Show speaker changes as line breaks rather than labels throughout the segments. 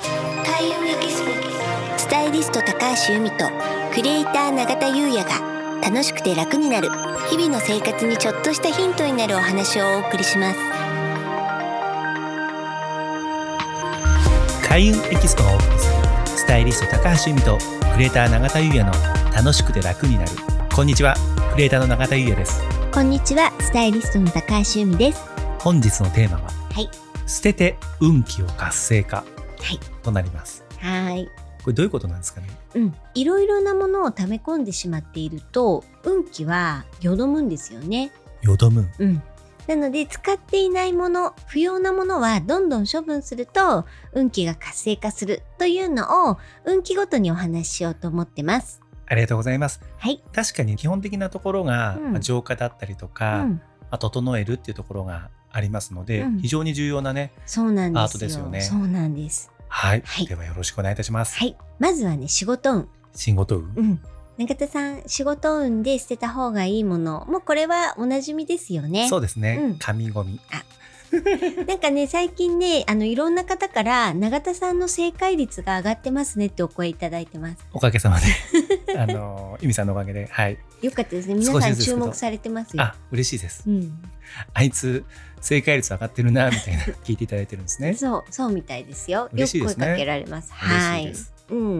田優也ギススタイリスト高橋由美とクリエイター永田優也が楽しくて楽になる日々の生活にちょっとしたヒントになるお話をお送りします
開運エキスポがお送りするスタイリスト高橋由美とクリエイター永田優也の楽しくて楽になるこんにちはクリエイターの永田優也です
こんにちはスタイリストの高橋由美です
本日のテーマは
はい
捨てて運気を活性化
はい
となります
はい
これどういうことなんですかね
うん、いろいろなものを溜め込んでしまっていると運気はよどむんですよね
よどむ
うん。なので、使っていないもの、不要なものはどんどん処分すると、運気が活性化するというのを、運気ごとにお話ししようと思ってます。
ありがとうございます
はい。
確かに基本的なところが、
うん
まあ浄化だったりと
う
か、ま
ん。
あ整えるっていうところがありますので、
うん
非常に重要なね
そうなんですよ。
アートですよね
そうなんです。
はい、
はい
ではよろしくお願いいたします、
はい。まずはね、仕事運。
新ごと運、
うん。中田さん、仕事運で捨てた方がいいもの。もうこれはおなじみですよね。
そうですね、
うん
紙ゴミ
なんかね、最近ね、あの、いろんな方から、永田さんの正解率が上がってますねってお声いただいてます。
おかげさ まであの由美さんのおかげではい
よかったですね。
少し
皆さん
ずつです
注
けど
目されてますよ。
あ嬉しいです
うん。
あいつ正解率上がってるなみたいな聞いていただいてるんですね
そう、そうみたいですよ。よ
嬉
く
し
声
いですね
かけられます。は
嬉しい
い
です。
うん。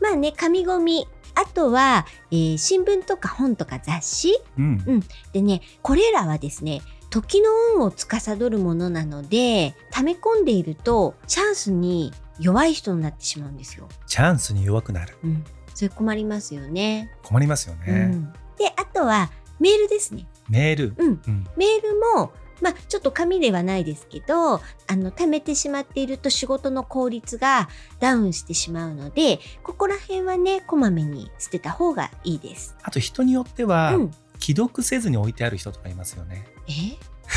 まあね、紙ゴミ。あとは、えー新聞とか本とか雑誌
うん、
うんでね、これらはですね、時の運を司るものなので、溜め込んでいると、チャンスに弱い人になってしまうんですよ。
チャンスに弱くなる
うん。それ困りますよね。
困りますよ
う
ね、
ん。で、あとは、メールですね。
メール
うん。
うん
メールも、まあ、ちょっと紙ではないですけど、あの、貯めてしまっていると仕事の効率がダウンしてしまうので、ここら辺はね、こまめに捨てた方がいいです。
あと人によっては、
うん。
既読せずに置いてある人とかいますよね
え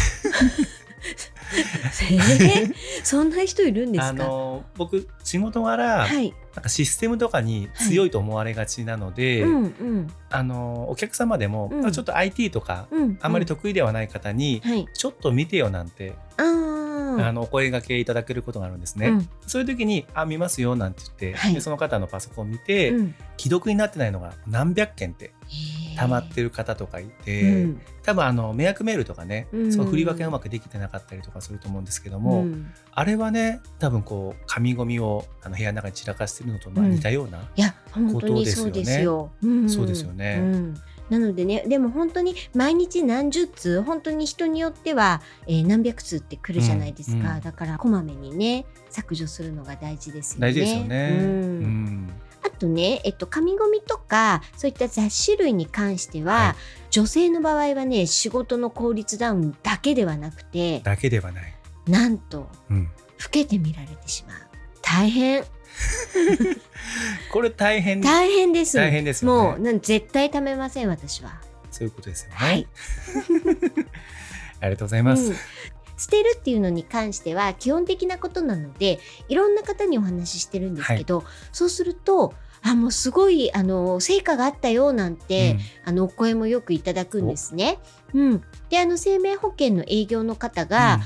えそんな人いるんですか
あの僕仕事柄、
はい。
なんかシステムとかに強いと思われがちなので、
うんうん
あのお客様でも、
うん
ちょっと IT とか
うん。
あんまり得意ではない方に、
うん。はい。
ちょっと見てよなんて、
あー
あのお声がけいただけることがあるんですね、
うん
そういう時に「あ見ますよ」なんて言って、
はい
でその方のパソコンを見て、
うん
既読になってないのが何百件って溜まってる方とかいて、
うん
多分あの迷惑メールとかね、
うん
その振り分けがうまくできてなかったりとかすると思うんですけども、
うん
あれはね多分こう紙ゴミをあの部屋の中に散らかしてるのとまあ
うん
似たような、
いや本当にそうですよ。ん
そうですよね
うんなのでねでも本当に毎日何十通本当に人によっては、えー何百通ってくるじゃないですか、
うんうん
だからこまめにね削除するのが大事ですよね。
大事ですよね。
う
うんん
あとね、えっと、紙ゴミとかそういった雑誌類に関しては、
はい
女性の場合はね仕事の効率ダウンだけではなくて
だけではない、
なんと
うん、
老けて見られてしまう大変
これ大変
大変です
大変です
も
よ
う
ね。
なん絶対貯めません私は。
そういうことですよね。
はい
ありがとうございます。
うん捨てるっていうのに関しては基本的なことなのでいろんな方にお話ししてるんですけど、そうするとあもうすごいあの成果があったよなんて、
うん
あのお声もよくいただくんですね。うん、であの生命保険の営業の方が、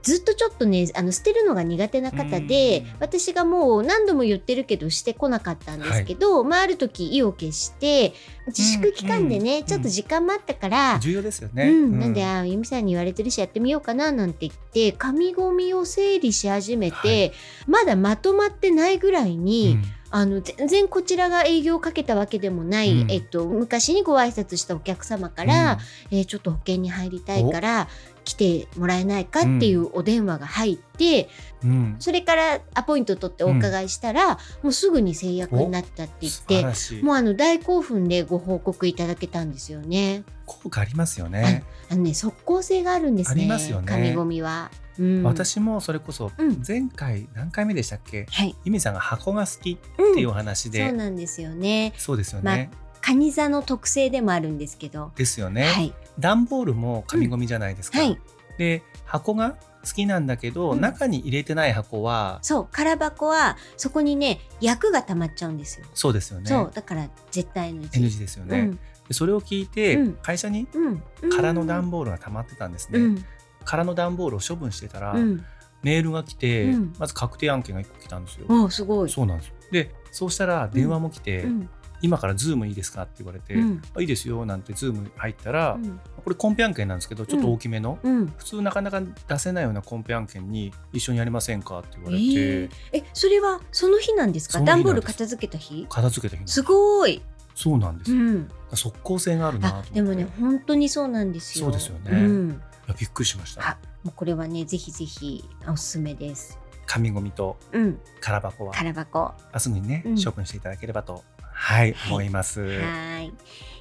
ずっとちょっとねあの捨てるのが苦手な方で、
うん
私がもう何度も言ってるけどしてこなかったんですけど、まあ、ある時意を決して自粛期間でね、
うん
ちょっと時間もあったから、
うん重要ですよね。
うん、なんで、あ由美さんに言われてるしやってみようかななんて言って紙ゴミを整理し始めて、
は
まだまとまってないぐらいうに、
ん
あの全然こちらが営業をかけたわけでもない、
うん
えっと、昔にご挨拶したお客様から、、えーちょっと保険に入りたいから来てもらえないかっていうお電話が入って、
うんうん、
それからアポイント取ってお伺いしたら、もうすぐに制約になったって言っ
素晴
て
らしい
もうあの大興奮でご報告いただけたんですよね。
効果ありますよね。
あのね、速効性があるんですね。
ありますよね
紙ゴミは。うん、
私もそれこそ
うん
前回何回目でしたっけ、
はい。
ゆみさんが箱が好きっ
うん
ていうお話で、
そうなんですよね。
そうですよね、
カニ座の特性でもあるんですけど。
ですよね、
はい。
段ボールも紙ゴミじゃないですか、
はい。
で箱が好きなんだけど、
うん
中に入れてない箱は
そう、空箱はそこにね、薬が溜まっちゃうんですよ。
そうですよね
そう、だから絶対 NG。
NG ですよね、
うん
でそれを聞いて、
うん
会社に
うん。うん
空の段ボールが溜まってたんですね、
うん。
空の段ボールを処分してたら、
うん。
メールが来て、
うん
まず確定案件が1個来たんですよ、
おーすごい。
そうなんですよでそうしたら電話も来て、
うん
今からズームいいですかって言われて、
うん
あいいですよなんてズーム入ったら、
うん
これコンペ案件なんですけどちょっと大きめの、
うん
普通なかなか出せないようなコンペ案件に一緒にやりませんかって言われて、
えーえそれはその日なんですか
その日な
段
んで
ボ
す
ール片付けた日
片付けた日なんです
ごい、
そうなんです
う
よ、
ん、
即効性があるなと思
あ
って
でもね本当にそうなんですよ
そうですよね
うん、
いやびっくりしました
あもうこれはねぜひぜひおすすめです
紙ゴミと
うん
空箱は
空箱は
あすぐにね、
うん
処分していただければとはい、
はい
思いますはい、
ーい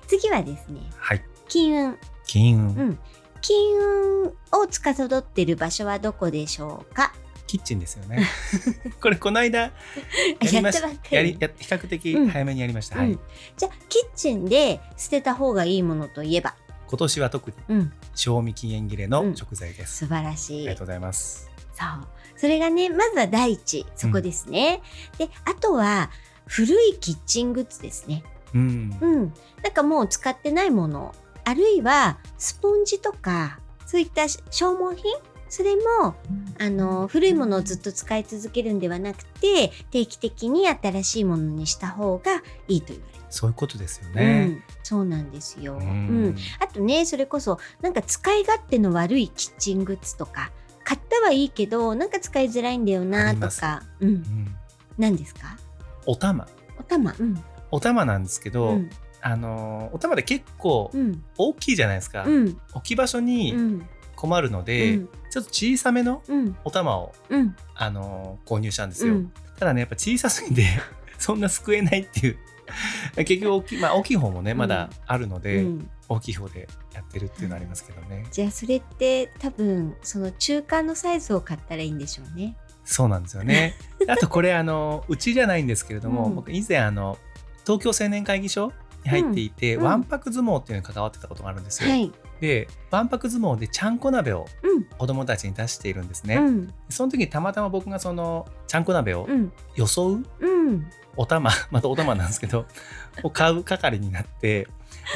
次はですね金運
金運、
うん金運を司っている場所はどこでしょうか
キッチンですよね これこの 間やりまし
や
た
ったばっかり
やりや比較的早めにやりました、は
う
い
ん、じゃあキッチンで捨てた方がいいものといえば、
今年は特に
うん、
賞味期限切れの食材です、
素晴らし
あ
い
りがとうございます
そう。それがね、まずは第一、そこですね。で、あとは、古いキッチングッズですね。
うん、
うん。なんかもう使ってないもの。あるいは、スポンジとか、そういったし消耗品それも、あの、古いものをずっと使い続けるんではなくて、定期的に新しいものにした方がいいと言われて
そういうことですよ
る。う
ね、
ん。そうなんですよ。
う
うん。あとね、それこそ、なんか使い勝手の悪いキッチングッズとか、買ったはいいけど、なんか使いづらいんだよ
あ
な
りま
と
す
か、うん
う。ん
何ですか
お玉
お玉。うん。
お玉なんですけど、
うん。
あのーお玉で結構
うん。
大きいじゃないですか、
うん。
置き場所
う
に
ん。
困るの
う
で、
ん。
ちょっと小さめの
うん。
お玉を、
うん。
あのー購入したんです
う
よ、
ん。
ただねやっぱ小さすぎて そんな救えないっていう結局大き,、まあ、大きい方もね
うん
まだあるので、
うん
大きい方でやってるっていうのはありますけどね、
じゃあそれって多分その中間のサイズを買ったらいいんでしょうね。
そうなんです よねあとこれあのうちじゃないんですけれども、
うん
僕以前あの東京青年会議所に入っていて、
うんうん
わんぱく相撲っていうのに関わってたことがあるんですよ、
はい。
でわんぱく相撲でちゃんこ鍋を
うん。
子供たちに出しているんですね、
うん。
その時にたまたま僕がそのちゃんこ鍋を
うん。
装う
うん。
お玉 またお玉なんですけどを買う係になって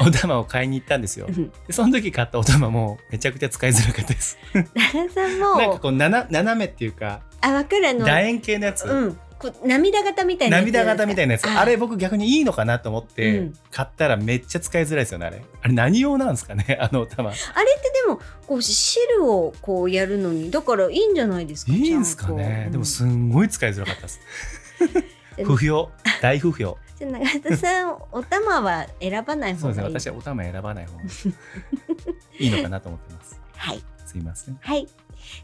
お玉を買いに行ったんですよ
うん
でその時買ったお玉もめちゃくちゃ使いづらかったです
旦那さん
なんか
も
こう斜斜めっていうか
あわかるあの
楕円形のやつ、
うんこう涙型みたいなやつじゃ
涙
な
型みた
い
いなやつ
あ
あれ僕逆にいいのかなと思っ
う
て
ん
買ったらめっちゃ使いづらいですよねあれあれ何用なんですかね あのお玉
ですか。あれってでもこう汁をこうやるのにだからいいんじゃないですか。
いいんですか
ちゃん
ね
こ
でもすんごい使いづらかったです
でも
不評大 不評
じゃあ永田さんお玉は選ばない
そ
方
うです
が
ね
いい。
私はお玉選ばない方がいいのかなと思ってます
はい
すいません
はい。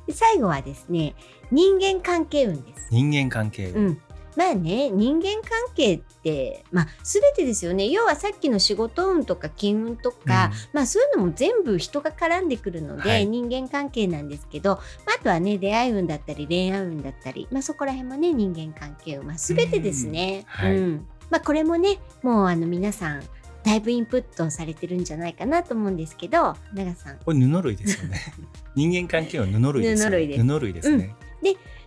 で最後はですね人間関係運です。
人間関係、
うん。まあね人間関係ってまあ全てですよね要はさっきの仕事運とか金運とか、まあそういうのも全部人が絡んでくるので、
はい
人間関係なんですけど、まあ、あとはね出会い運だったり恋愛運だったり、まあ、そこら辺もね人間関係運、まあ、全てですね。
うんはい
んまあ、これもねもうあの皆さんだいぶインプットされてるんじゃないかなと思うんですけど長さん
これ布類です よね人間関係は布類ですよ
布
ね
類です
布類ですね、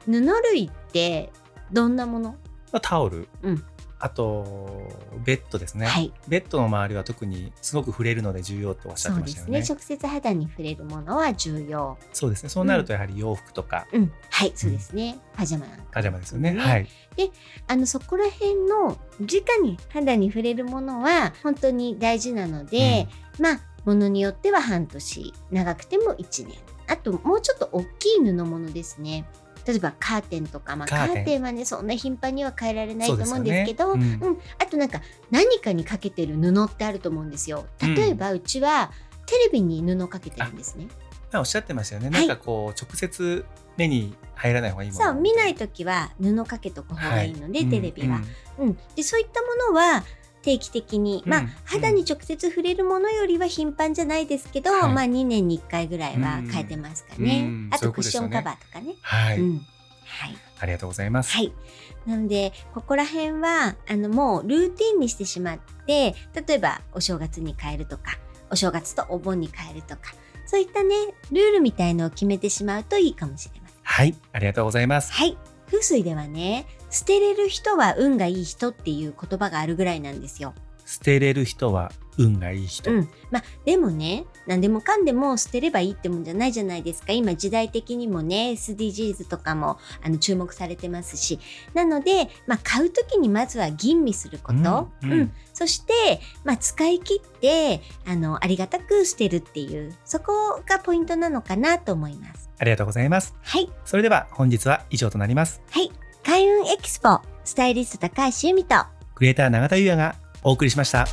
布類ってどんなもの、
まあタオル、
うん
あとベッドですね、
はい
ベッドの周りは特にすごく触れるので重要とおっし
そ
ゃって
う
ま
で
したよ
すね
ねそう
直接肌に触れるものは重要
ですねそうなるとやはり洋服とか
うんはいそうですね、パジャマなんか
パジャマですよね、
うん
はい
あのそこら辺の直に肌に触れるものは本当に大事なので、まあものによっては半年長くても1年あともうちょっと大きい布物ですね例えばカーテンとか、まあ、
カ
カ
ーテン
ーテンはねそんな頻繁には変えられないと
そうです
思う
よ
ん
ね
ですけど
うん
うん、あとなんか何かにかけてる布ってあると思うんですよ例えばうちはテレビに布かけてるんですね、
まあおっしゃってましたよね、
はい
なんかこう直接目に入らない方がいいもの
そう見ない時は布かけとく方がいいので、テレビは、
うん
うん、でそういったものは定期的に、ま
う
あ
ん
肌に直接触れるものよりは頻繁じゃないですけど、
はい
まあ2年に1回ぐらいは変えてますかね、
うん
あ
そうい
とクッ
うことで
シ
す
ョ
よ
ン
ね
カバーとかね。
はい、
うんはい
ありがとうございます、
はいなのでここら辺はあのもうルーティンにしてしまって例えばお正月に変えるとかお正月とお盆に変えるとかそういったねルールみたいのを決めてしまうといいかもしれません。
はい、ありがとうございます
はい風水ではね捨てれる人は運がいい人っていう言葉があるぐらいなんですよ。
捨てれる人は運がいい人。
うん、まあでもね何でもかんでも捨てればいいってもんじゃないじゃないですか今時代的にもね SDGs とかもあの注目されてますしなので、まあ、買う時にまずは吟味すること、
うんうん
そして、まあ、使い切ってあのありがたく捨てるっていうそこがポイントなのかなと思います。
ありがとうございます。
はい、
それでは本日は以上となります。
はい、開運エキスポスタイリスト高橋由美と
クリエイター永田優也がお送りしました。